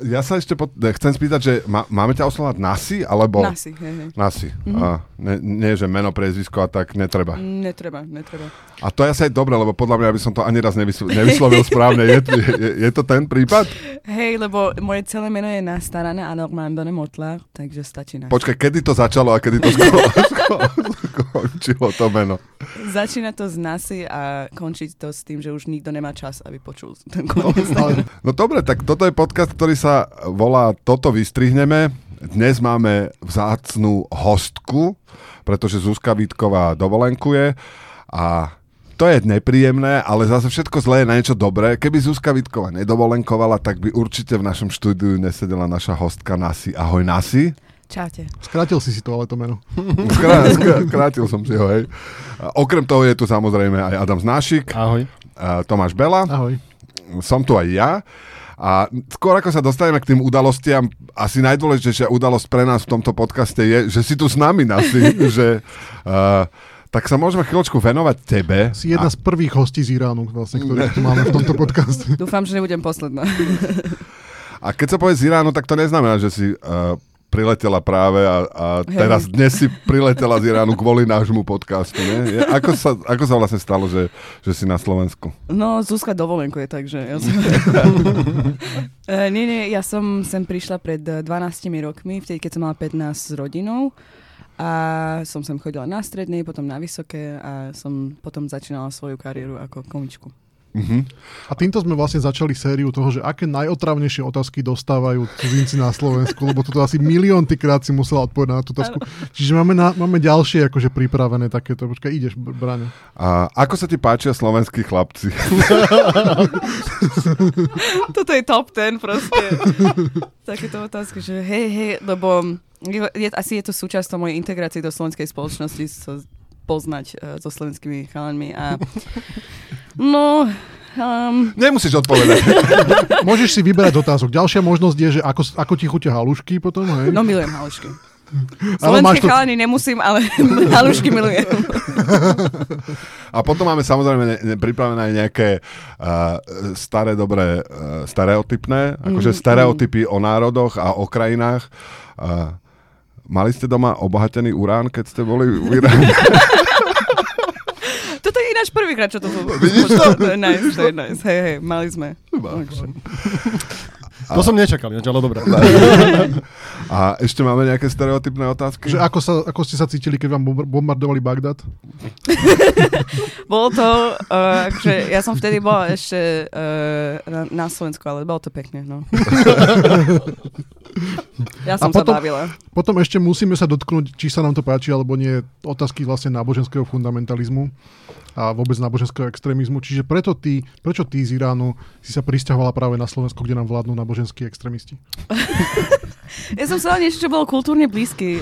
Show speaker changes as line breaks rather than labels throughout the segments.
ja sa ešte pot- chcem spýtať, že má, máme ťa oslovať Nasi, alebo...
Nasi, hej, hej.
Nasi. Mm-hmm. A, ne, nie, že meno, priezvisko a tak netreba.
Mhm. Netreba, netreba.
A to je asi aj dobre, lebo podľa mňa by som to ani raz nevysl- nevyslovil správne. Je, je, je to ten prípad?
Hej, lebo moje celé meno je Nastarané a normálne Motlar, takže stačí Nasi.
Počkaj, kedy to začalo a kedy to skon- skon- skončilo to meno?
Začína to z Nasi a končí to s tým, že už nikto nemá čas, aby počul ten koniec.
No, no dobre, tak toto je podcast, ktorý sa volá Toto vystrihneme. Dnes máme vzácnú hostku, pretože Zuzka Vítková dovolenkuje a to je nepríjemné, ale zase všetko zlé je na niečo dobré. Keby Zuzka Vítková nedovolenkovala, tak by určite v našom štúdiu nesedela naša hostka Nasi. Ahoj Nasi.
Čaute.
Skrátil si si to ale to meno.
Skrá, skrá, skrátil som si ho, hej. A Okrem toho je tu samozrejme aj Adam Znášik,
Ahoj.
a Tomáš Bela,
Ahoj.
som tu aj ja. A skôr ako sa dostaneme k tým udalostiam, asi najdôležitejšia udalosť pre nás v tomto podcaste je, že si tu s nami, Nasi, že... Uh, tak sa môžeme chvíľočku venovať tebe.
Si jedna z prvých hostí z Iránu, vlastne, ktorých tu máme v tomto podcaste.
Dúfam, že nebudem posledná.
A keď sa povie z Iránu, tak to neznamená, že si uh, priletela práve a, a teraz dnes si priletela z Iránu kvôli nášmu podcastu. Nie? Je, ako, sa, ako sa vlastne stalo, že, že si na Slovensku?
No, Zuzka dovolenkuje, takže ja som... E, nie, nie, ja som sem prišla pred eh, 12 rokmi, vtedy, keď som mala 15 s rodinou. A som sem chodila na strednej, potom na vysoké a som potom začínala svoju kariéru ako komičku.
A týmto sme vlastne začali sériu toho, že aké najotravnejšie otázky dostávajú cudzinci na Slovensku, lebo toto asi milión krát si musela odpovedať na tú otázku. Čiže máme, na, máme ďalšie akože pripravené takéto. Počkaj, ideš, Br- Braňo.
A ako sa ti páčia slovenskí chlapci?
Toto je top ten proste. Takéto otázky, že hej, hej, lebo je, je, asi je to súčasťou mojej integrácie do slovenskej spoločnosti so, poznať uh, so slovenskými chalanmi a no, um,
Nemusíš odpovedať.
Môžeš si vyberať otázok. Ďalšia možnosť je, že ako, ako ti chutia halušky potom, hej?
no milujem halušky.
Ale
Slovenské
máš to-
chalany nemusím, ale halušky milujem.
A potom máme samozrejme ne- ne- pripravené aj nejaké uh, staré, dobré, uh, stereotypné, akože stereotypy o národoch a o krajinách. Uh, mali ste doma obohatený urán, keď ste boli v Iráne?
Toto je ináč prvýkrát, čo to bolo. Vidíš to? je nice, to je nice. Hej, hej, mali sme. Takže.
To som nečakal, ináč, ale dobré.
A ešte máme nejaké stereotypné otázky?
Že ako, sa, ako ste sa cítili, keď vám bombar- bombardovali Bagdad?
Bolo to, uh, akože ja som vtedy bola ešte uh, na, na Slovensku, ale bolo to pekne, no. ja som
potom-
sa bavila.
Potom ešte musíme sa dotknúť, či sa nám to páči alebo nie, otázky vlastne náboženského fundamentalizmu a vôbec náboženského extrémizmu. Čiže preto ty, prečo ty z Iránu si sa pristahovala práve na Slovensko, kde nám vládnu náboženskí extrémisti?
Ja som chcela niečo, čo bolo kultúrne blízky.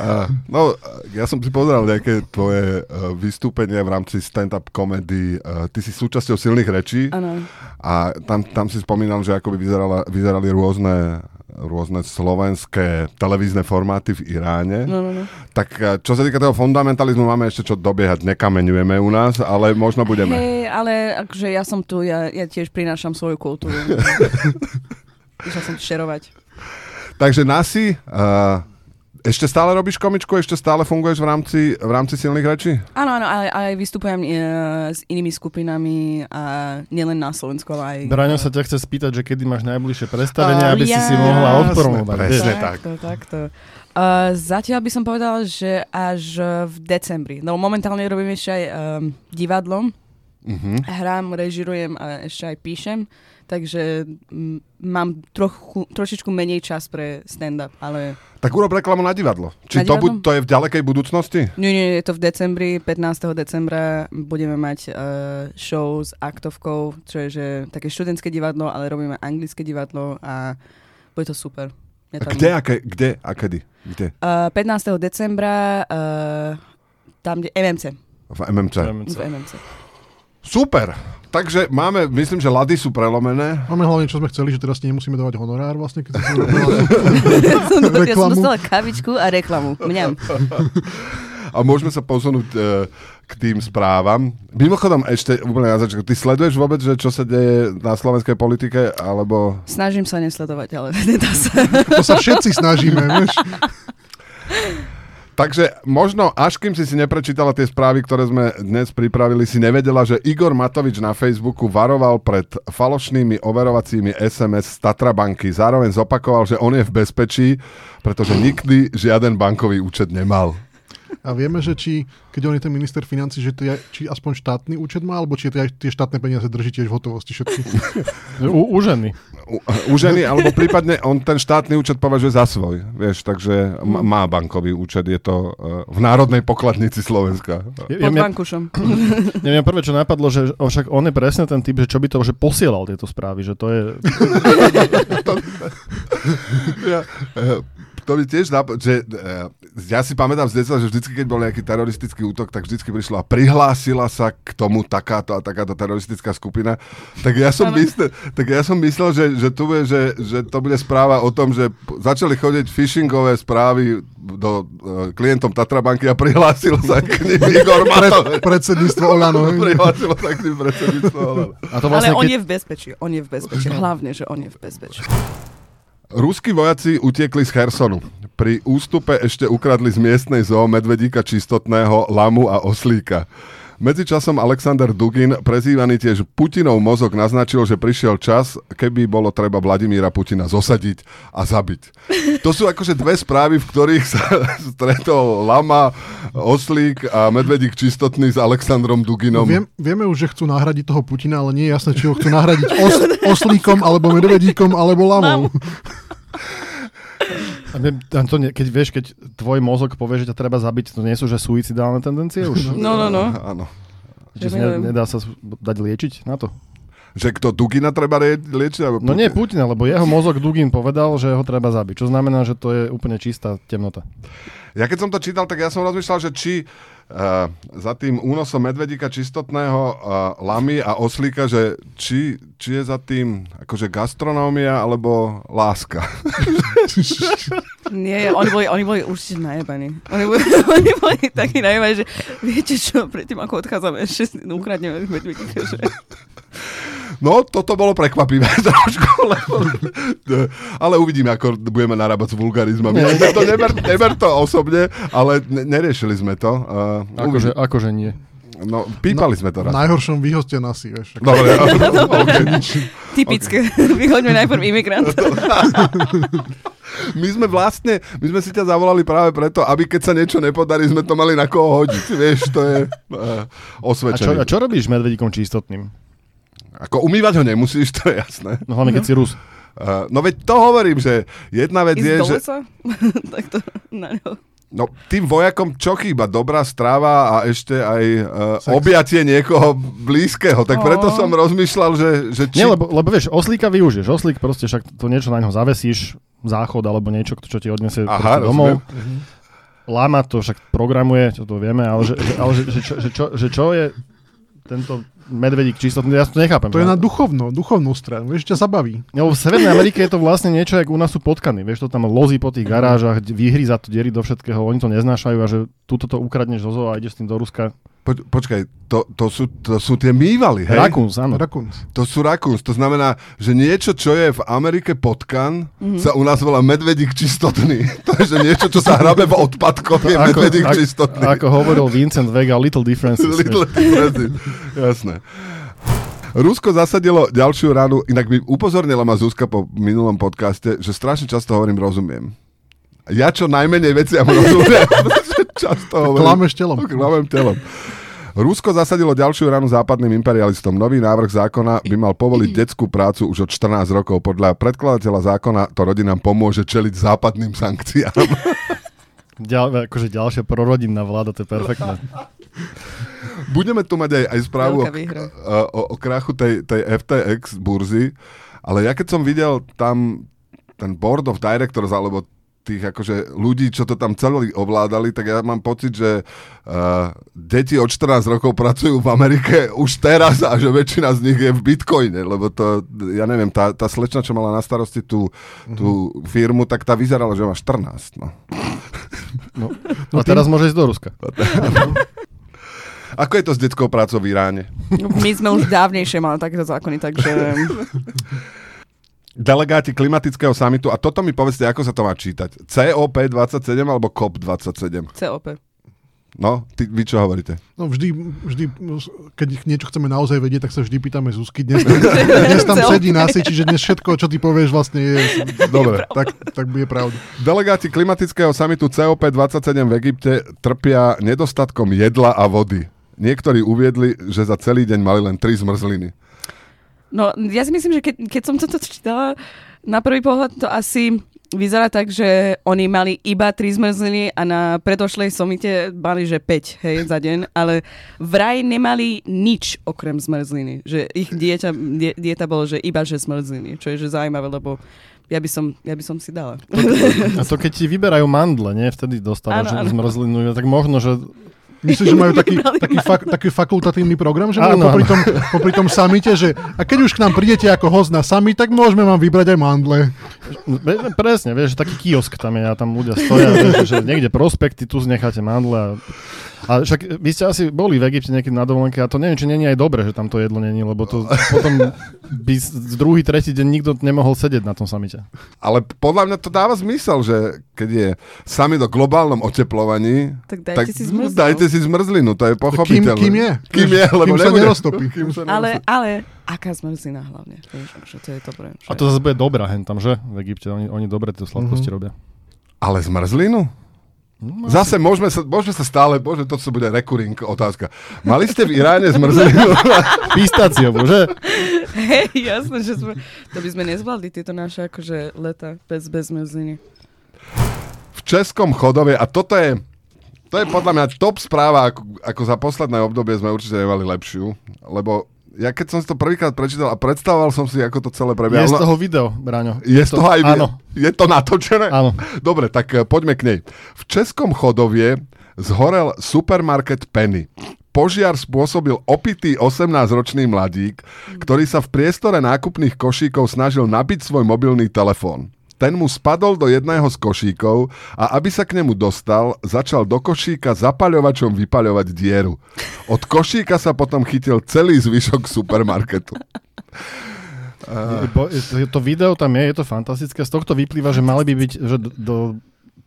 Uh, no, uh, ja som si pozeral nejaké tvoje uh, vystúpenie v rámci stand-up komedy. Uh, ty si súčasťou silných rečí.
Áno.
A tam, tam si spomínal, že ako by vyzerala, vyzerali rôzne, rôzne slovenské televízne formáty v Iráne.
No, no, no.
Tak eh, čo sa týka toho fundamentalizmu, máme ešte čo dobiehať. Nekameňujeme u nás, ale možno budeme.
Hej, ale akože ja som tu, ja, ja tiež prinášam svoju kultúru. Išla som šerovať.
Takže Nasi, uh, ešte stále robíš komičku? Ešte stále funguješ v rámci, v rámci silných rečí?
Áno, áno, ale aj vystupujem e, s inými skupinami a nielen na Slovensku, ale aj...
Braňo sa ťa chce spýtať, že kedy máš najbližšie predstavenie,
Ale
aby si si
jasné,
mohla odpromovať.
presne.
vieš.
Takto, takto. Uh, zatiaľ by som povedala, že až uh, v decembri. No momentálne robím ešte aj um, divadlom. Mhm.
Uh-huh.
Hrám, režirujem a ešte aj píšem. Takže m, mám trochu, trošičku menej čas pre stand-up, ale...
Tak urob reklamu na divadlo. Či
Na
to,
divadlo?
bu- to je v ďalekej budúcnosti?
Nie, nie, je to v decembri, 15. decembra budeme mať uh, show s aktovkou, čo je že také študentské divadlo, ale robíme anglické divadlo a bude to super. Ja
A
tam-
kde, a ke- kde a kedy? Kde?
Uh, 15. decembra uh, tam, kde MMC.
V MMC.
Braňo,
V MMC.
Super. Takže máme, myslím, že lady sú prelomené.
Máme hlavne, čo sme chceli, že teraz ti nemusíme dávať honorár vlastne, keď si
som,
to
do- ja som
Reklamu.
dostala kavičku a reklamu. Mňam.
A môžeme sa posunúť eh, k k tým správam. Mimochodom, ešte úplne na začiatku, ty sleduješ vôbec, že čo sa deje na slovenskej politike, alebo...
Snažím sa nesledovať, ale nedá sa.
To sa všetci snažíme, vieš.
Takže možno, až kým si si neprečítala tie správy, ktoré sme dnes pripravili, si nevedela, že Igor Matovič na Facebooku varoval pred falošnými overovacími SMS z Tatrabanky. Zároveň zopakoval, že on je v bezpečí, pretože nikdy žiaden bankový účet nemal.
A vieme, že či, keď on je ten minister financí, že tie, či aspoň štátny účet má, alebo či tie, tie štátne peniaze drží tiež v hotovosti všetky.
U, u ženy.
U, u ženy, alebo prípadne on ten štátny účet považuje za svoj, vieš, takže m- má bankový účet, je to eh, v Národnej pokladnici Slovenska.
Ja, ja,
Pod
mňa,
vankušom.
ja, mňa prvé, čo napadlo, že však on je presne ten typ, že čo by to, že posielal tieto správy, že to je...
Ja, eh, to mi tiež nap- že, eh, ja si pamätám z detstva, že vždycky, keď bol nejaký teroristický útok, tak vždycky prišla a prihlásila sa k tomu takáto a takáto teroristická skupina. Tak ja som, myslel, tak ja som myslel, že, že, tu bude, že, že to bude správa o tom, že p- začali chodiť phishingové správy do eh, klientom Tatrabanky a prihlásil sa k nim Igor Matovič.
Predsedníctvo Olano. hej.
Prihlásilo sa k ním predsedníctvo. Olano.
A to
Ale
vlastne,
on
keď,
je v bezpečí, on je v bezpečí. Hlavne, že on je v bezpečí.
Ruskí vojaci utiekli z Hersonu. Pri ústupe ešte ukradli z miestnej zoo medvedíka čistotného, lamu a oslíka. Medzičasom Alexander Dugin, prezývaný tiež Putinov mozog, naznačil, že prišiel čas, keby bolo treba Vladimíra Putina zosadiť a zabiť. To sú akože dve správy, v ktorých sa stretol lama, oslík a medvedík čistotný s Alexandrom Duginom.
No, viem, vieme už, že chcú nahradiť toho Putina, ale nie je jasné, či ho chcú nahradiť os, oslíkom, alebo medvedíkom, alebo lamou.
a mne- a to nie, keď vieš, keď tvoj mozog povie, že ťa treba zabiť, to nie sú, že suicidálne tendencie už?
No, no, no.
Áno.
Čiže
Ja milujem.
ne, nedá sa s- dať liečiť na to?
Že kto Dugina treba rie- liečiť? alebo
No
Putin?
nie Putina, lebo jeho mozog Dugin povedal, že ho treba zabiť. Čo znamená, že to je úplne čistá temnota.
Ja keď som to čítal, tak ja som rozmýšľal, že či uh, za tým únosom medvedíka čistotného uh, lamy a oslíka, že či, či je za tým akože gastronómia alebo láska.
Nie, oni boli, oni boli určite najebaní. Oni boli, oni boli takí najebaní, že viete čo, predtým ako odchádzame, ešte si ukradneme medvedíka, že...
No, toto bolo prekvapivé trošku, lebo, ale uvidíme, ako budeme narábať s vulgarizmami. Ne, to neber, neber to osobne, ale ne, neriešili sme to. Uh,
Akože, akože nie.
no, pípali sme to raz.
V najhoršom vyhostia asi, vieš.
Dobre, okay.
No, Typické. Vyhoďme najprv imigranta.
My sme vlastne, my sme si ťa zavolali práve preto, aby keď sa niečo nepodarí, sme to mali na koho hodiť. Vieš, to je uh,
A čo, a
osvedčené.
čo robíš s medvedíkom čistotným?
Ako umývať ho nemusíš, to je jasné.
No hlavne, keď si Rus.
Uh, no veď to hovorím, že jedna vec
Ísť
je,
do
že
lesa? tak to na neho.
no, tým vojakom čo chýba? Dobrá strava a ešte aj uh,
Sex.
objatie niekoho blízkeho. Tak preto
Ó.
som rozmýšľal, že, že či...
Nie, lebo, lebo vieš, oslíka využiješ. Oslík proste však to niečo na ňo zavesíš, záchod alebo niečo, čo ti odniesie
Aha,
proste domov.
rozumiem.
Lama to však programuje, to, to vieme, ale, že, že, ale že, že, čo, že, čo, že čo je tento medvedík čistotný, ja to nechápem.
To je na duchovno, duchovnú stranu, vieš, ťa zabaví.
Lebo v Severnej Amerike je to vlastne niečo, jak u nás sú potkany. Vieš, to tam lozí po tých garážach, vyhry za to, diery do všetkého, oni to neznášajú a že túto to ukradneš zo zoo a ideš s tým do Ruska.
Poč- počkaj, to, to, sú, to sú tie mývaly, hej?
Rakús, áno.
Rakunc.
To sú rakuns, to znamená, že niečo, čo je v Amerike potkan, mm-hmm. sa u nás volá medvedík čistotný. To je že niečo, čo sa hrabe v odpadkoch, je medvedík
ako,
čistotný.
ako hovoril Vincent Vega, little differences.
Little
Little...
differences. Jasné. Rusko zasadilo ďalšiu ránu, inak mi upozornila ma Zuzka po minulom podcaste, že strašne často hovorím rozumiem. Ja čo najmenej veciam rozumiem, pretože často hovorím.
Klameš telom.
Klamem telom. Rusko zasadilo ďalšiu ranu západným imperialistom. Nový návrh zákona by mal povoliť detskú prácu už od 14 rokov. Podľa predkladateľa zákona to rodinám pomôže čeliť západným sankciám.
Ďal, akože ďalšia prorodinná vláda, to je perfektné.
Budeme tu mať aj, aj správu o,
Veľká výhra.
o, o krachu tej, tej FTX burzy, ale ja keď som videl tam ten board of directors, alebo tých akože ľudí, čo to tam celý ovládali, tak ja mám pocit, že uh, deti od 14 rokov pracujú v Amerike už teraz a že väčšina z nich je v bitcoine, lebo to, ja neviem, tá, tá slečna, čo mala na starosti tú, tú firmu, tak tá vyzerala, že má 14. No.
No, a teraz môže ísť do Ruska.
Ako je to s detskou prácou v Iráne?
My sme už dávnejšie mali takéto zákony, takže...
Delegáti klimatického samitu, a toto mi povedzte, ako sa to má čítať. COP27 alebo COP27?
COP.
No, ty, vy čo hovoríte?
No vždy, vždy, keď niečo chceme naozaj vedieť, tak sa vždy pýtame Zuzky. Dnes, dnes tam
Celé.
sedí nasi, čiže dnes všetko, čo ty povieš, vlastne je,
Dobre.
tak, tak je pravda.
Delegáti klimatického samitu COP27 v Egypte trpia nedostatkom jedla a vody. Niektorí uviedli, že za celý deň mali len tri zmrzliny.
No, ja si myslím, že keď, keď som toto čítala, na prvý pohľad to asi vyzerá tak, že oni mali iba tri zmrzliny a na predošlej somite mali, že 5, hej, za deň, ale vraj nemali nič okrem zmrzliny. Že ich dieťa, die, dieta bolo, že iba, že zmrzliny, čo je že zaujímavé, lebo ja by som, ja by som si dala.
A to keď ti vyberajú mandle, nie? Vtedy dostávaš
Áno, áno.
zmrzlinu, tak možno, že...
Myslíš, že majú taký,
Vybrali
taký,
ma.
fak, taký fakultatívny program, že majú
Áno,
popri tom, popri tom samite, že a keď už k nám prídete ako host na summit, tak môžeme vám vybrať aj mandle.
no, Ve- Presne, vieš, že taký kiosk tam je a tam ľudia stoja, vieš, že niekde prospekty, tu znecháte mandle. A... a však vy ste asi boli v Egypte niekedy na dovolenke a to neviem, či není aj dobre, že tam to jedlo není, lebo to potom by s- druhý, tretí deň nikto nemohol sedieť na tom samite.
Ale podľa mňa to dáva zmysel, že keď je sami do globálnom oteplovaní,
Tak
tak no,
dajte si zmrzlinu.
dajte si zmrzlinu, to je
Kým,
pochopiteľné.
kým je?
Kým je, lebo
kým sa
nebude.
neroztopí.
Ale, ale, aká zmrzlina hlavne, vieš, že to je dobré. Že...
A to zase bude dobrá hen tam, že? V Egypte, oni, oni dobre tie sladkosti
Mhm.
robia.
Ale zmrzlinu?
No,
Zase môžeme sa, môžeme sa stále, bože, to sa bude rekuring otázka. Mali ste v Iráne zmrzlinu?
Pistáciovú, že?
Hej, jasné, že sme... To by sme nezvládli tieto naše akože leta bez, bez mrzliny.
v Českom chodove a toto je to je podľa mňa top správa, ako, ako za posledné obdobie sme určite nemali lepšiu, lebo ja keď som si to prvýkrát prečítal a predstavoval som si, ako to celé
Je
prebiehalo.
z toho video, Braňo.
je z toho aj...
Áno,
Je to natočené?
áno.
Dobre, tak e, poďme k nej. V Českom chodovie zhorel supermarket Penny. Požiar spôsobil opitý 18-ročný mladík, ktorý sa v priestore nákupných košíkov snažil nabiť svoj mobilný telefón. Ten mu spadol do jedného z košíkov a aby sa k nemu dostal, začal do košíka zapaľovačom vypaľovať dieru. Od košíka sa potom chytil celý zvyšok supermarketu.
Bo, to, to video tam je, je to fantastické. Z tohto vyplýva, že mali by byť že do, do,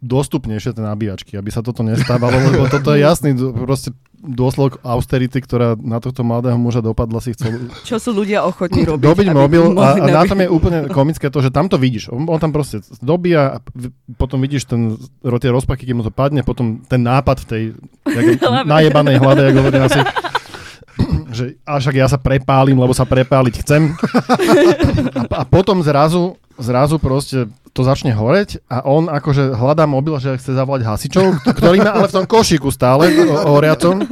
dostupnejšie tie nabíjačky, aby sa toto nestávalo, lebo toto je jasný d- proste dôsledok austerity, ktorá na tohto mladého muža dopadla si chcel
Čo sú ľudia ochotní robiť?
dobiť
aby
mobil a,
mohli
a na
nabiť-
tom je úplne komické to, že tam to vidíš. On, on tam proste dobíja a v- potom vidíš ten, ro- tie rozpaky, keď mu to padne, potom ten nápad v tej jak,
Hlave.
najebanej hlave, ako hovorí asi, že a však ja sa prepálim, lebo sa prepáliť chcem. A, a potom zrazu, zrazu proste to začne horeť a on akože hľadá mobil, že chce zavolať hasičov, ktorý má ale v tom košíku stále o- horiacom.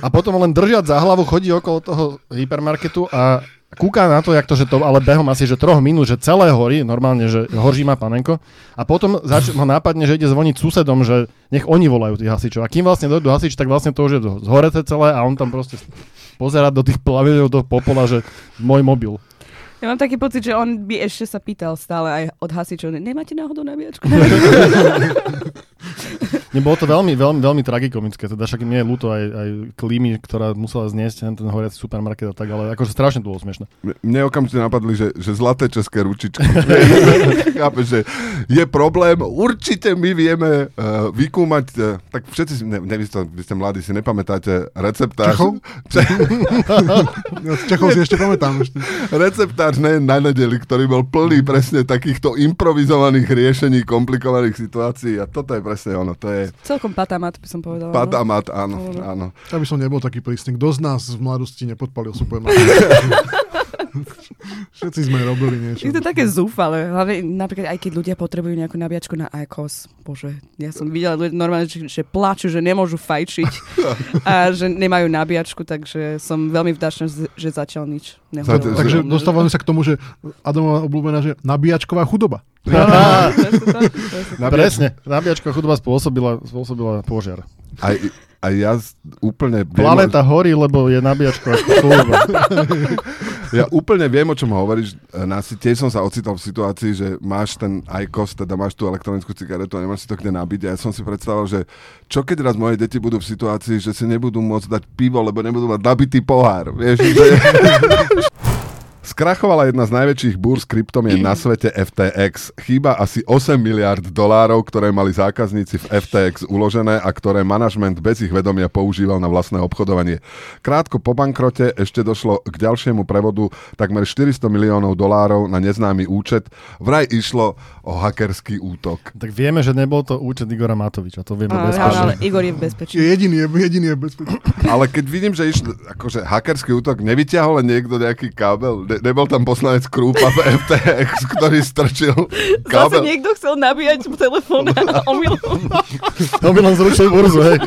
A potom len držiať za hlavu, chodí okolo toho hypermarketu a kúka na to, jak to, že to, ale behom asi, že troch minút, že celé horí, normálne, že hoří má panenko. A potom zač- ho nápadne, že ide zvoniť susedom, že nech oni volajú tých hasičov. A kým vlastne dojdú hasiči, tak vlastne to už je zhorete celé a on tam proste pozerať do tých plavidel, do popola, že môj mobil.
Ja mám taký pocit, že on by ešte sa pýtal stále aj od hasičov, nemáte náhodou nabíjačku?
Nebolo to veľmi, veľmi, veľmi tragikomické, teda však nie je ľúto aj, aj klímy, ktorá musela zniesť ten, ten horiaci supermarket a tak, ale akože strašne to bolo smiešne.
M- Mne okamžite napadli, že, že zlaté české ručičky. Chápeš, že je problém, určite my vieme uh, vykúmať, uh, tak všetci, si- ne, ne, vy, ste, vy ste mladí, si nepamätáte receptář.
Čechov? Ja s Čechov si ešte pamätám. Ešte.
receptář ne na nedeli, ktorý bol plný presne takýchto improvizovaných riešení komplikovaných situácií a toto je presne ono, to je
Celkom patamat by som povedala. no.
patamat, áno,
Áno.
áno.
Aby som nebol taký prísny. Kto z nás v mladosti nepodpalil Superman? Všetci sme robili niečo.
Je to také zúfale. Hlavne napríklad aj keď ľudia potrebujú nejakú nabíjačku na IQOS. Bože, ja som videla ľudia normálne, že, že plačú, že nemôžu fajčiť a že nemajú nabíjačku, takže som veľmi vďačná, z- že zatiaľ nič
Zatiaľ-
nehovoril.
Takže dostávame sa k tomu, že Adamová obľúbená, že nabíjačková chudoba.
Á,
Nabíjač-
Presne, nabíjačka chudoba spôsobila, spôsobila požiar.
Aj, aj ja z- úplne... viem-
Planeta horí, lebo je nabíjačka chudoba.
Ja úplne viem, o čom hovoríš. E, Na, tiež som sa ocitol v situácii, že máš ten IQOS, teda máš tú elektronickú cigaretu a nemáš si to kde nabiť. A ja som si predstavoval, že čo keď raz moje deti budú v situácii, že si nebudú môcť dať pivo, lebo nebudú mať nabitý pohár. Vieš, že... Skrachovala jedna z najväčších búr s kryptomien na svete FTX. Chýba asi 8 miliard dolárov, ktoré mali zákazníci v FTX uložené a ktoré manažment bez ich vedomia používal na vlastné obchodovanie. Krátko po bankrote ešte došlo k ďalšiemu prevodu takmer 400 miliónov dolárov na neznámy účet. Vraj išlo o hackerský útok.
Tak vieme, že nebol to účet Igora Matoviča, to vieme
Áno, áno, ale
bezpečne.
Igor je v
Je
bezpečí.
jediný, je, jediný je bezpečný.
Ale keď vidím, že išlo akože hackerský útok, nevyťahol len niekto nejaký kábel. Ne- nebol tam poslanec Krúpa v FTX, ktorý strčil
Zase
kábel.
niekto chcel nabíjať telefón a omylom.
To by len zrušil burzu, hej.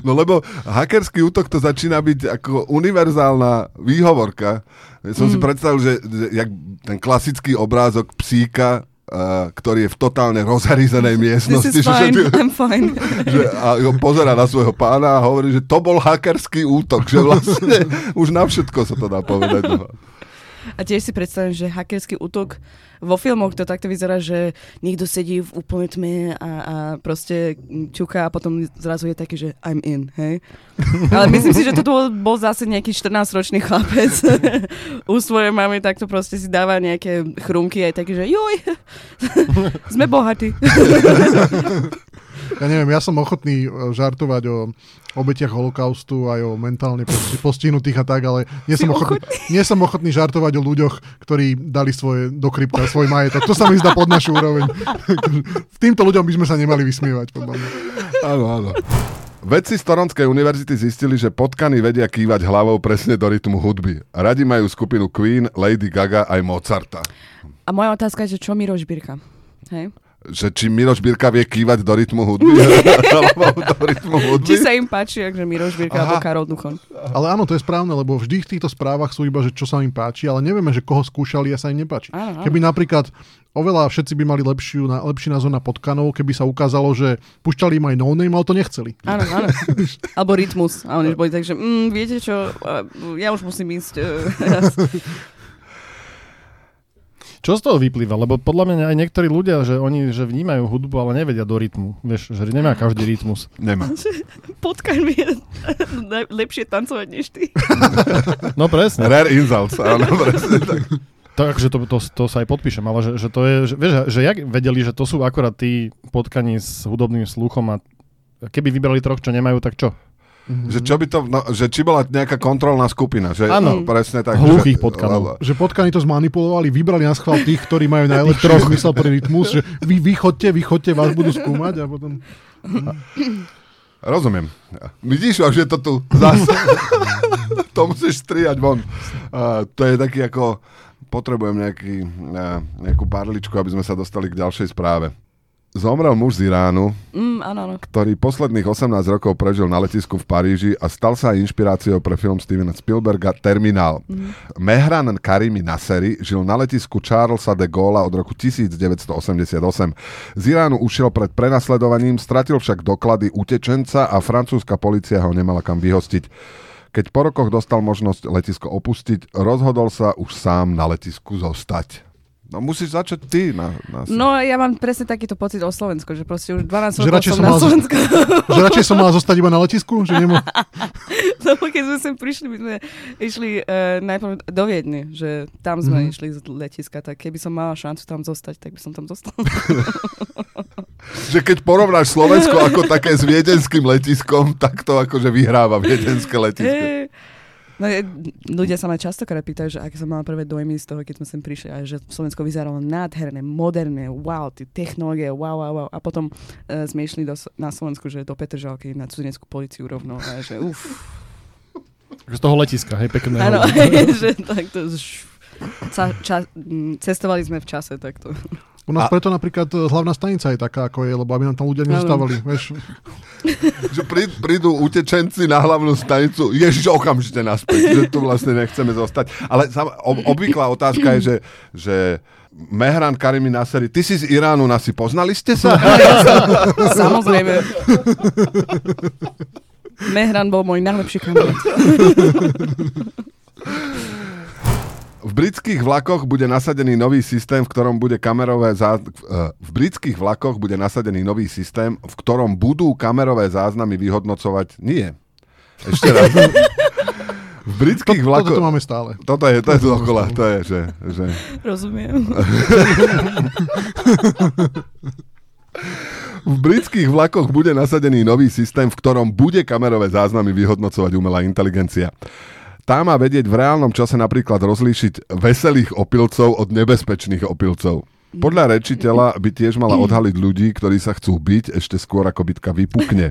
No lebo hackerský útok to začína byť ako univerzálna výhovorka. Som mm. si predstavil, že, že jak ten klasický obrázok psíka, uh, ktorý je v totálne rozhrízenej
This
miestnosti,
is
No, že,
fine,
že,
I'm fine.
že a ho pozera na svojho pána a hovorí, že to bol hackerský útok, že vlastne už na všetko sa to dá povedať. No.
A tiež si predstavím, že hackerský útok vo filmoch to takto vyzerá, že niekto sedí v úplnej tme a, a proste čuká a potom zrazu je taký, že I'm in, hej? Ale myslím si, že toto bol zase nejaký 14-ročný chlapec. U svojej mamy takto proste si dáva nejaké chrumky aj také, že joj, sme bohatí.
Ja neviem, ja som ochotný e, žartovať o obetiach holokaustu aj o mentálne posti- postihnutých a tak, ale nie som, ochotný, nie som ochotný žartovať o ľuďoch, ktorí dali svoje do krypta svoj majetok. To sa mi zdá pod našu úroveň. Týmto ľuďom by sme sa nemali vysmievať. Podľa mňa.
Áno, áno. Vedci z Toronskej univerzity zistili, že potkany vedia kývať hlavou presne do rytmu hudby. Radi majú skupinu Queen, Lady Gaga aj Mozarta.
A moja otázka je, že čo Miro Žbírka? Hej?
že či Miroš Birka vie kývať do rytmu hudby, alebo do rytmu hudby.
Či sa im páči, akže Miro Žbírka
Aha.
alebo Karol Duchon?
Ale áno, to je správne, lebo vždy v týchto správach sú iba, že čo sa im páči, ale nevieme, že koho skúšali a sa im nepáči.
Áno, áno.
Keby napríklad oveľa všetci by mali lepšiu, na, lepší názor na potkanov, keby sa ukázalo, že pušťali im aj no name, ale to nechceli.
Áno, áno. Alebo rytmus. A oni už boli tak, že mm, viete čo, a, ja už musím ísť. e, teraz."
Čo z toho vyplýva? Lebo podľa mňa aj niektorí ľudia, že oni že vnímajú hudbu, ale nevedia do rytmu. Vieš, že nemá každý rytmus.
Nemá.
Potkaj mi je le- lepšie tancovať než ty.
No presne.
Rare insults, áno, presne tak.
To, akože to, to, to sa aj podpíšem, ale že, že to je, že, vieš, že jak vedeli, že to sú akorát tí potkaní s hudobným sluchom a keby vybrali troch, čo nemajú, tak čo?
Že čo by to, no, že či bola nejaká kontrolná skupina, že Mm.
Áno.
presne tak.
Hluchých
že-
potkanov.
Že potkani to zmanipulovali, vybrali na schvál tých, ktorí majú najlepší zmysel pre rytmus, že vy vychodte, vychodte, vás budú skúmať a potom...
Rozumiem. Vidíš, už je to tu zase. to musíš striať von. Uh, to je taký ako, potrebujem nejaký, uh, nejakú barličku, aby sme sa dostali k ďalšej správe. Zomrel muž z Iránu,
Mm, áno, áno.
ktorý posledných 18 rokov prežil na letisku v Paríži a stal sa aj inšpiráciou pre film Stevena Spielberga Terminál. Mm-hmm. Mehran Karimi Nasseri žil na letisku Charlesa de Gaulla od roku 1988. Z Iránu ušiel pred prenasledovaním, stratil však doklady utečenca a francúzska policia ho nemala kam vyhostiť. Keď po rokoch dostal možnosť letisko opustiť, rozhodol sa už sám na letisku zostať. No musíš začať ty. Na, na
No ja mám presne takýto pocit o Slovensku, že proste už 12
Že
rokov
radšej
som
som
na
mal zo-
Slovensku.
Že radšej som mal zostať iba na letisku, že nemo...
Lebo keď sme sem prišli, my sme išli uh, najprv do Viedne, že tam sme išli z letiska, tak keby som mala šancu tam zostať, tak by som tam zostala.
že keď porovnáš Slovensko ako také s viedenským letiskom, tak to akože vyhráva viedenské letisko.
Hej. No, je- ľudia sa ma častokrát pýtajú, že aké som mala prvé dojmy z toho, keď sme sem prišli a že Slovensko vyzeralo nádherné, moderné, wow, tie technológie, wow, wow, wow. A potom uh, sme išli do, S- na Slovensku, že do Petržalky na cudzineckú policiu rovno a že uf,
Z toho letiska, hej, pekné.
áno, že takto š- sa, ča, m, cestovali sme v čase takto.
U nás
A-
preto napríklad e, hlavná stanica je taká, ako je, lebo aby nám tam ľudia nezostávali. Vieš,
Že prí, prídu utečenci na hlavnú stanicu, ježiš, okamžite naspäť, že tu vlastne nechceme zostať. Ale sam, ob, obvyklá otázka je, že, že Mehran Karimi Naseri, ty si z Iránu, nasi poznali ste sa?
Samozrejme. Mehran bol môj najlepší kamarát.
V britských vlakoch bude nasadený nový systém, v ktorom bude kamerové zá... eh, v britských vlakoch bude nasadený nový systém, v ktorom budú kamerové záznamy vyhodnocovať. Nie. Ešte raz. V britských
Toto to
vlakoch...
máme stále.
Toto je, to je dokola, to je, že, že...
Rozumiem.
V britských vlakoch bude nasadený nový systém, v ktorom bude kamerové záznamy vyhodnocovať umelá inteligencia. Tá má vedieť v reálnom čase napríklad rozlíšiť veselých opilcov od nebezpečných opilcov. Podľa rečiteľa by tiež mala odhaliť ľudí, ktorí sa chcú byť ešte skôr ako bitka vypukne.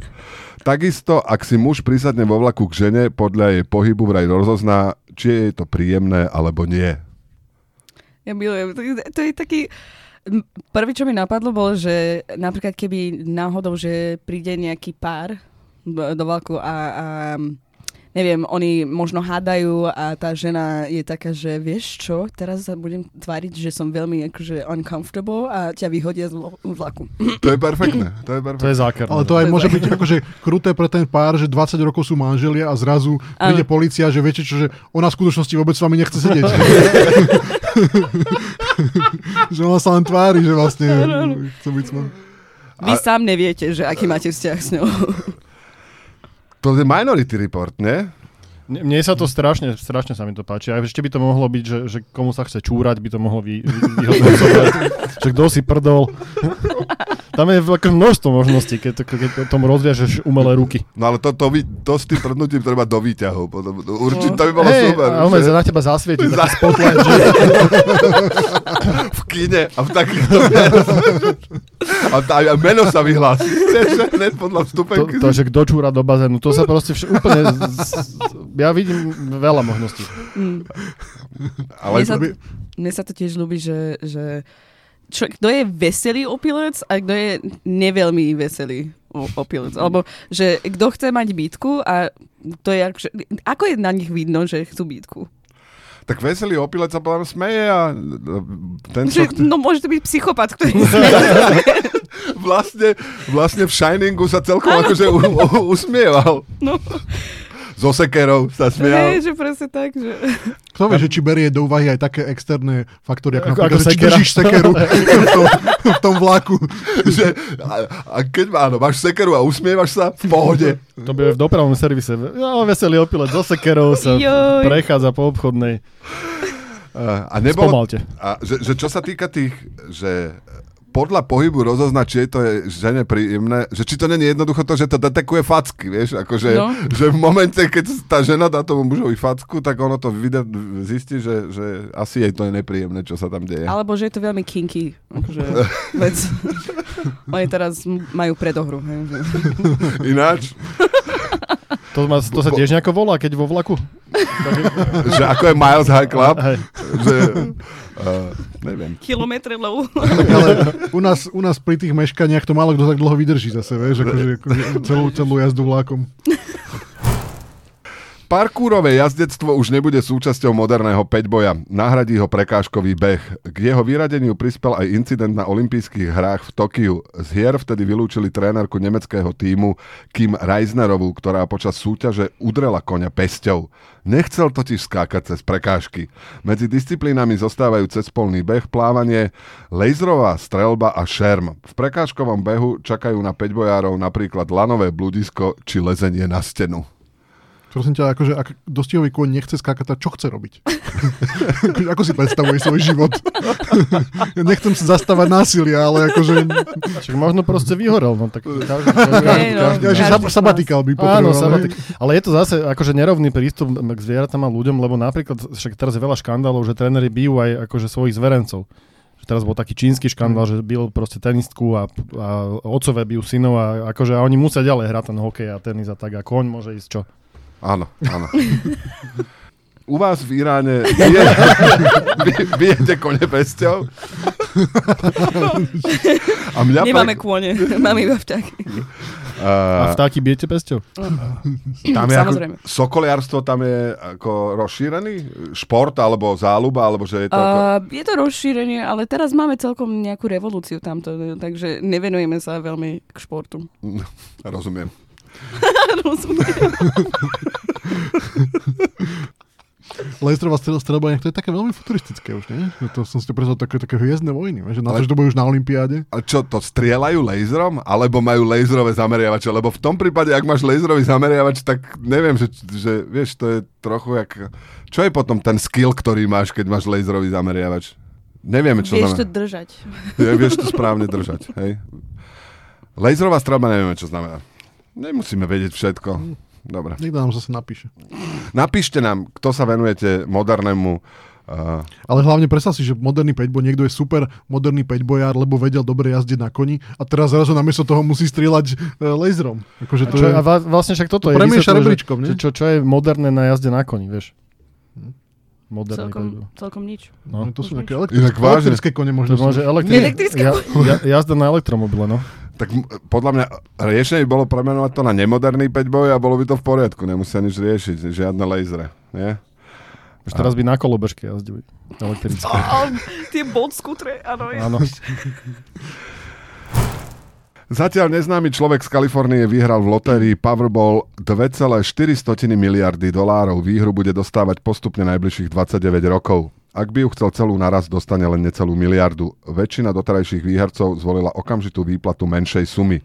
Takisto, ak si muž prisadne vo vlaku k žene, podľa jej pohybu vraj rozozná, či je jej to príjemné alebo nie.
Ja milujem. To, je- to je taký... m, Prvý, čo mi napadlo, bolo, že napríklad keby náhodou, že príde nejaký pár do do vlaku a, a neviem, oni možno hádajú a tá žena je taká, že vieš čo, teraz sa budem tváriť, že som veľmi akože uncomfortable a ťa vyhodia z vlo- vlaku.
To je perfektné. To je perfektné.
To je zákerné.
Ale to aj môže byť akože kruté pre ten pár, že 20 rokov sú manželia a zrazu príde policia, že viete čo, že ona v skutočnosti vôbec s vami nechce sedieť. že ona sa len tvári, že vlastne
Mm.
chce byť s vami.
Vy sám neviete, že aký máte vzťah s ňou.
To je minority report, nie?
Mne mne sa to strašne, strašne sa mi to páči. A ešte by to mohlo byť, že, že komu sa chce čúrať, by to mohlo vy, vy, vyhodnocovať. že kto si prdol. Tam je ako množstvo možností, keď, to, keď to tomu rozviažeš umelé ruky.
No ale to, to, vy- to s tým prednutím treba do výťahov. Potom, no, určite to by bolo
Hej,
super.
A on
že?
sa na teba zasvieti.
Za-
Za... Spotlight, že...
v kine a v takýchto a, tá, a meno sa vyhlási. Vieš, že Hneď podľa
to,
vstupenky.
to, že kto čúra do bazénu, to sa proste vš- úplne... Z, z, ja vidím veľa možností.
Mm.
ale
mne, sa, mne sa to tiež ľúbi, že, že čo, kto je veselý opilec a kto je neveľmi veselý o- opilec. Alebo že kto chce mať bytku a to je ako, ako je na nich vidno, že chcú bytku.
tak veselý opilec sa potom smeje a no, ten, čo
Že,
chce,
no môže to byť psychopat, ktorý
vlastne, vlastne v Shiningu sa celkom akože u, u, usmieval.
no,
So sekerou sa
hej,
smial.
že presne tak, že
Kto vie, že či berie do úvahy aj také externé faktory, ako,
Ako-
napríklad,
ako
že či
sekera.
držíš sekeru v tom, v tom vlaku.
Že, a, a keď má- áno, máš sekeru a usmievaš sa, v pohode.
To by v dopravnom servise. No, veselý opilec so sekerou sa
Joj.
prechádza po obchodnej.
A, a nebolo,
Spomalte.
A že, že čo sa týka tých, že podľa pohybu rozoznať, či je to je žene príjemné, že či to není jednoducho to, že to detekuje facky, vieš, akože, no.
No.
že v momente, keď tá žena dá tomu mužovi facku, tak ono to vyda, zistí, že, že asi jej to je nepríjemné, čo sa tam deje. Ale...
alebo že je to veľmi kinky. Akože, vec. Oni teraz majú predohru. Hej, že.
Ináč,
To, ma, to sa
Bo-
tiež nejako volá, keď vo vlaku?
že ako je Miles High Club,
Hej.
že, uh, neviem.
Kilometre lov.
Tak ale u nás, u nás pri tých meškaniach to málo kto tak dlho vydrží zase, vieš, akože, akože celú, celú jazdu vlákom.
Parkúrové jazdectvo už nebude súčasťou moderného peťboja. Nahradí ho prekážkový beh. K jeho vyradeniu prispel aj incident na olympijských hrách v Tokiu. Z hier vtedy vylúčili trénerku nemeckého týmu Kim Reisnerovú, ktorá počas súťaže udrela koňa pesťou. Nechcel totiž skákať cez prekážky. Medzi disciplínami zostávajú cespolný beh, plávanie, laserová strelba a šerm. V prekážkovom behu čakajú na peťbojárov napríklad lanové bludisko či lezenie na stenu.
Prosím ťa, akože ak dostihový kôň nechce skákať, tak čo chce robiť? Akože ako si predstavuje svoj život? ja nechcem sa zastávať násilia, ale akože...
Čiže možno proste vyhorel. No, tak každý,
Hej, no.
každý,
Ja, že
každý.
Každý
sab-
z nás.
sabatikal by potreboval.
Áno,
hej?
sabatik. Ale je to zase akože nerovný prístup k zvieratám a ľuďom, lebo napríklad však teraz je veľa škandálov, že tréneri bijú aj akože svojich zverencov. Že teraz bol taký čínsky škandál, že bil proste tenistku a, a otcové bijú synov a akože a oni musia ďalej hrať ten hokej a tenis a tak a koň môže ísť čo.
Áno, áno. U vás v Iráne bije, bije, bijete kone pesťou? A mňa
Nemáme
prek-
kône, máme iba vtáky.
A
uh,
vtáky bijete pesťou?
tam je ako,
Samozrejme.
sokoliarstvo tam je ako rozšírený? Šport alebo záľuba, alebo že je to... Ako...
Uh, je to rozšírenie, ale teraz máme celkom nejakú revolúciu tamto, takže nevenujeme sa veľmi k športu.
Rozumiem.
Rozumiem.
Lejstrová strel- strelba, inak to je také veľmi futuristické už, nie? Že to som si to predstavil také, také hviezdne vojny, že na to,
Ale-
že to bude už na Olympiáde.
A čo, to strieľajú laserom? Alebo majú laserové zameriavače? Lebo v tom prípade, ak máš laserový zameriavač, tak neviem, že, že vieš, to je trochu jak... Čo je potom ten skill, ktorý máš, keď máš laserový zameriavač? Nevieme, čo
Vieš to
znamená.
držať.
Ja, vieš to správne držať, hej. Laserová strelba nevieme, čo znamená. Nemusíme vedieť všetko. Dobre.
Niekto nám zase napíše.
Napíšte nám, kto sa venujete modernému uh,
Ale hlavne predstav si, že moderný peťboj, niekto je super moderný peťbojár, lebo vedel dobre jazdiť na koni a teraz zrazu namiesto toho musí strieľať e, laserom. Akože to
čo,
je...
a va- vlastne však toto
to
je...
premieša
vysvetlené, že-
rebríčkom, nie?
že Čo, čo je moderné na jazde na koni, vieš? Moderný
Celkom,
pohyb.
celkom nič.
No.
To
Mhm.
sú nejaké
Inak
elektrické,
vážne.
elektrické kone
To
možno. sú.
môže elektri-
Elektrická
ja, ja, jazda na elektromobile, no.
Tak m- podľa mňa riešenie by bolo premenovať to na nemoderný 5 boj a bolo by to v poriadku. Nemusia nič riešiť, žiadne lasery. Nie?
Už teraz by na kolobežke jazdili. Elektrické.
tie bod skutre, áno.
Áno.
Zatiaľ neznámy človek z Kalifornie vyhral v lotérii Powerball 2,4 miliardy dolárov. Výhru bude dostávať postupne najbližších 29 rokov. Ak by ju chcel celú naraz, dostane len necelú miliardu. Väčšina doterajších výhercov zvolila okamžitú výplatu menšej sumy.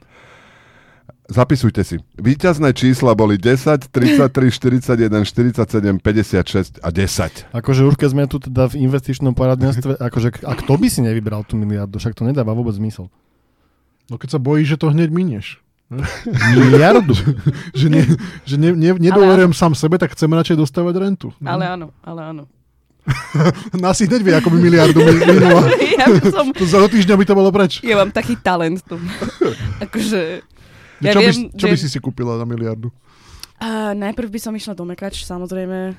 Zapisujte si. Výťazné čísla boli 10, 33, 41, 47, 56 a 10.
Akože už keď sme tu teda v investičnom poradenstve, akože a kto by si nevybral tú miliardu? Však to nedáva vôbec zmysel.
No keď sa bojíš, že to hneď minieš.
Miliardu?
Že, ne, že ne, ne, nedoverujem sám sebe, tak chcem radšej dostávať rentu.
Ale áno, ale áno.
Nás hneď vie, ako by miliardu mi- minula.
ja by som...
To za do týždňa by to bolo preč.
Ja mám taký talent. To. Akože... Ja
čo by,
viem,
čo by
že-
si si kúpila na miliardu?
A najprv by som išla do mekač, samozrejme.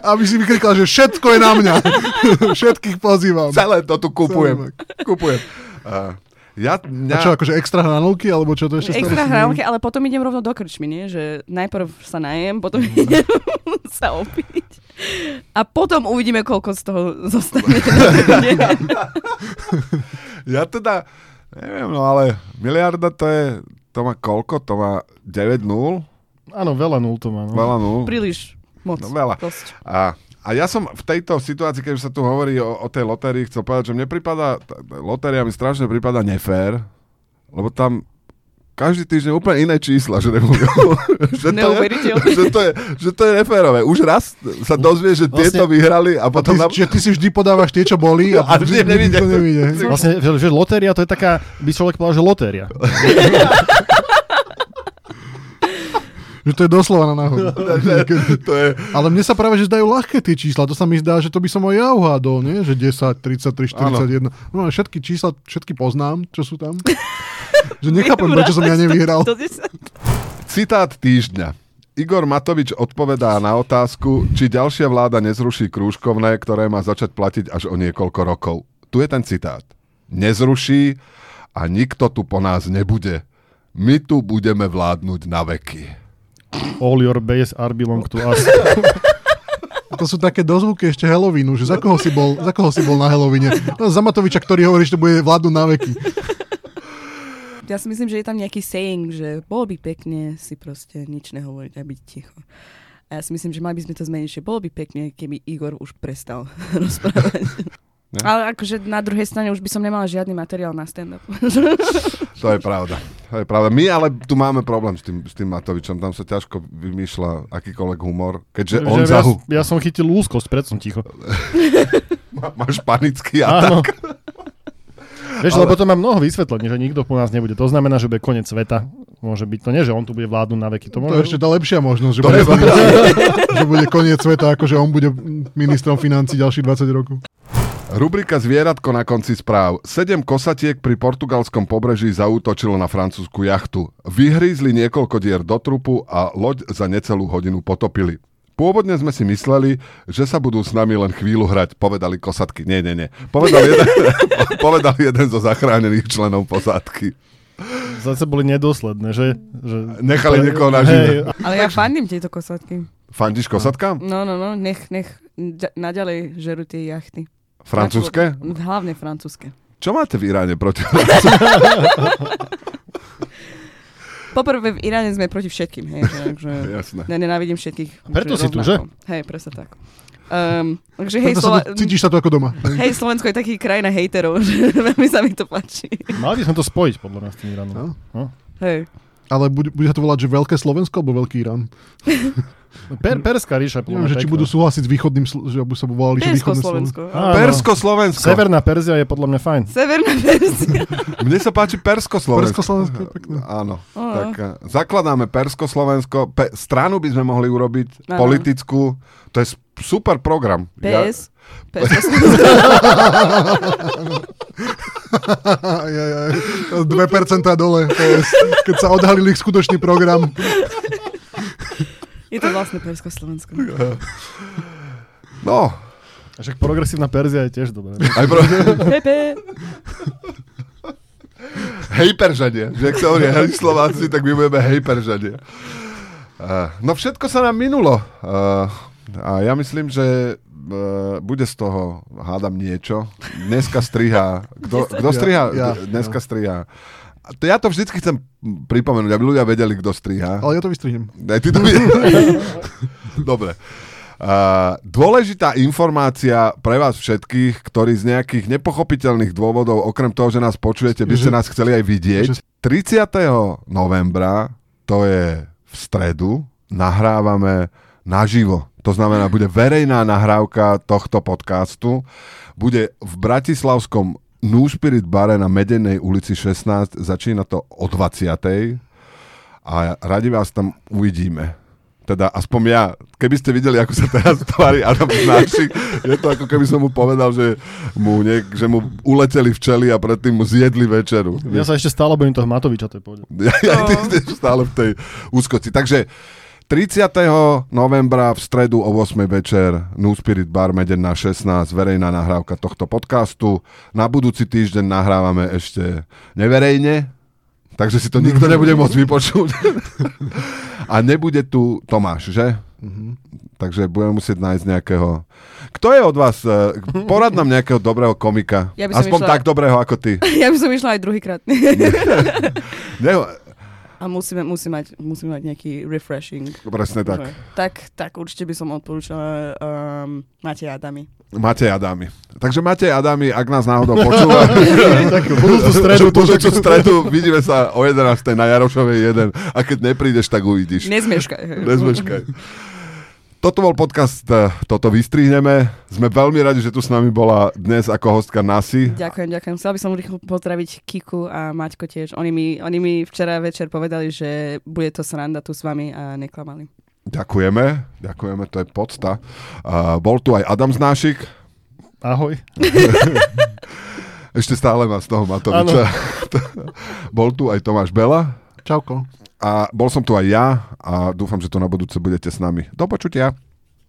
Aby si vykrikla, že všetko je na mňa. Všetkých pozývam.
Celé to tu
Celé.
kupujem. Kupujem. Uh, ja,
A
mňa,
čo, akože extra hranolky, alebo čo to ešte stále
Extra
si
hranolky, ale potom idem rovno do krčmy, nie? Že najprv sa najem, potom
Mhm.
idem sa opiť. A potom uvidíme, koľko z toho zostane. Nie.
ja teda, neviem, no ale miliarda to je, to má koľko? To má 9 nul?
Áno, veľa nul to má. No.
Veľa
Hm.
nul.
Príliš moc.
No, veľa.
Dosť.
A, a ja som v tejto situácii, keď už sa tu hovorí o, o tej lotérii, chcel povedať, že mne pripada, t- lotéria mi strašne pripada nefér, lebo tam každý týždeň úplne iné čísla, že, nebudú, že, to je,
Neuveriteľné.
že, to je, že to je neférové. Už raz sa dozvie, že tieto vyhrali a
Ty,
potom... na-
Čiže Vlastne- ty si vždy podávaš tie, čo boli a,
A vždy nevíde.
to nevíde.
Vlastne, že, že lotéria to je taká, by človek povedal, že lotéria.
Že to je doslova na náhodu.
to je,
Ale mne sa práve, že zdajú ľahké tie čísla. To sa mi zdá, že to by som aj ja uhádol, nie? Že 10, 33, 41. No ale všetky čísla, všetky poznám, čo sú tam. že nechápem, prečo som ja nevyhral.
To, to, to,
Citát týždňa. Igor Matovič odpovedá na otázku, či ďalšia vláda nezruší krúžkovné, ktoré má začať platiť až o niekoľko rokov. Tu je ten citát. Nezruší a nikto tu po nás nebude. My tu budeme vládnuť na veky.
All your base are belong to us.
To sú také dozvuky ešte Halloweenu, že za koho si bol, za koho si bol na Halloweene? No, za Matoviča, ktorý hovorí, že to bude vládnu na veky.
Ja si myslím, že je tam nejaký saying, že bolo by pekne si proste nič nehovoriť a byť ticho. A ja si myslím, že mali by sme to zmeniť, že bolo by pekne, keby Igor už prestal rozprávať.
Ne?
Ale akože na druhej strane už by som nemala žiadny materiál na stand-up.
To je pravda. To je pravda. My ale tu máme problém s tým, s tým Matovičom. Tam sa ťažko vymýšľa akýkoľvek humor, keďže on
Že
za...
ja, ja som chytil úzkosť, preto som ticho.
Máš panický atak.
Áno. Vieš, lebo to má mnoho vysvetlení, že nikto po nás nebude. To znamená, že bude koniec sveta. Môže byť to nie, že on tu bude vládnuť na veky. To
To
môže...
je ešte tá lepšia možnosť, že,
To
bude,
je
že bude koniec sveta, akože on bude ministrom financí ďalších 20 rokov.
Rubrika Zvieratko na konci správ. Sedem kosatiek pri portugalskom pobreží zaútočilo na francúzsku jachtu. Vyhrízli niekoľko dier do trupu a loď za necelú hodinu potopili. Pôvodne sme si mysleli, že sa budú s nami len chvíľu hrať, povedali kosatky. Nie, nie, nie. Povedal jeden, povedal jeden zo zachránených členov posádky.
Zase boli nedosledné, že... že...
Nechali niekoho
Hej,
nažive.
Ale ja fandím tieto kosatky.
Fandíš kosatkám?
No, no, no, nech, nech ďa- naďalej žerú tie jachty.
Francúzske?
Hlavne francúzske.
Čo máte v Iráne proti
Poprvé v Iráne sme proti všetkým, hej, že- takže
Jasné.
ja nenávidím všetkých.
preto si tu,
rovnako. Hej, presne tak. Um, takže hej,
Preto sa
Slova-
tu, cítiš sa tu ako doma.
hej, Slovensko je taký krajina hejterov, že veľmi sa mi to páči.
Mali by sme to spojiť, podľa mňa, s tým Iránom.
No.
Hej.
Ale bude, bude sa to volať, že Veľké Slovensko alebo Veľký Irán.
No, Per, Perská ríša, podľa
Neviem,
mňa
že či
pekná.
budú súhlasiť s východným, Slo- že by sa volali, že
Persko,
východné Slovensko.
Slovensko.
Áno.
Persko-Slovensko.
Severná Perzia je podľa mňa fajn.
Severná Perzia.
Mne sa páči Persko-Slovensko.
Persko Slovensko je pekné.
Eh, Áno.
Ó.
Tak eh, zakladáme Persko-Slovensko. Pe- stranu by sme mohli urobiť,
Áno.
politickú. To je s- super program.
PS. PS.
Aj, aj, aj. 2% dole, to je, keď sa odhalil ich skutočný program.
Je to vlastne Persko, Slovensko.
No,
A Však progresívna Perzia je tiež dobrá.
aj pro...
Pepe.
hej Peržanie. Že ak sa hovorí hej Slováci, tak my budeme hej Peržanie. Eh, No všetko sa nám minulo. Eh, A ja myslím, že eh, bude z toho, hádam, niečo. Dneska strihá. Kto, kto strihá?
Ja, ja.
Dneska strihá. A to ja to vždycky chcem pripomenúť, aby ľudia vedeli, kto strihá.
Ale ja to vystrihnem.
Aj ty to vie. Dobre. Uh, dôležitá informácia pre vás všetkých, ktorí z nejakých nepochopiteľných dôvodov, okrem toho, že nás počujete, by ste
Že-
nás chceli aj vidieť.
že-
30. novembra, to je v stredu, nahrávame naživo. To znamená, bude verejná nahrávka tohto podcastu. Bude v Bratislavskom New Spirit bare na Medenej ulici 16. Začína to o 20 a radi vás tam uvidíme. Teda aspoň ja, keby ste videli, ako sa teraz tvári Adam Znášik, je to ako keby som mu povedal, že mu, niek- že mu uleteli včely a predtým mu zjedli večeru.
Ja sa ešte stále bojím toho Matoviča, to je pôjde.
Ja, ja ty ste stále v tej úzkosti. Takže 30. novembra v stredu o 8. večer New Spirit Bar Medená 16, verejná nahrávka tohto podcastu. Na budúci týždeň nahrávame ešte neverejne, takže si to nikto nebude môcť vypočuť. A nebude tu Tomáš, že? Takže budeme musieť nájsť nejakého... Kto je od vás? eh, Porad nám nejakého dobrého komika.
Ja by som
Aspoň
išla-
tak dobrého ako ty.
Ja by som išla aj druhýkrát.
Ne,
A musíme, musí mať, musí mať nejaký refreshing.
presne tak.
Že- tak. Tak určite by som odporúčala um, Matej Adami.
Matej Adami. Takže Matej Adami, ak nás náhodou počúva,
tak budúcu stredu,
budúcu stredu, vidíme sa o 11. na Jarošovej 1 a keď neprídeš, tak uvidíš.
Nezmeškaj.
Nezmeškaj. Toto bol podcast, eh, toto vystrihneme. Sme veľmi radi, že tu s nami bola dnes ako hostka Nasi.
Ďakujem, ďakujem. Chcela by som rýchlo pozdraviť Kiku a Maťko tiež. Oni mi, oni mi včera večer povedali, že bude to sranda tu s vami a neklamali.
Ďakujeme, ďakujeme, to je podsta. Uh, bol tu aj Adam Znášik,
Ahoj.
ešte stále má z toho Matoviča. bol tu aj Tomáš Bela
Čauko.
a bol som tu aj ja a dúfam, že to na budúce budete s nami. Do počutia.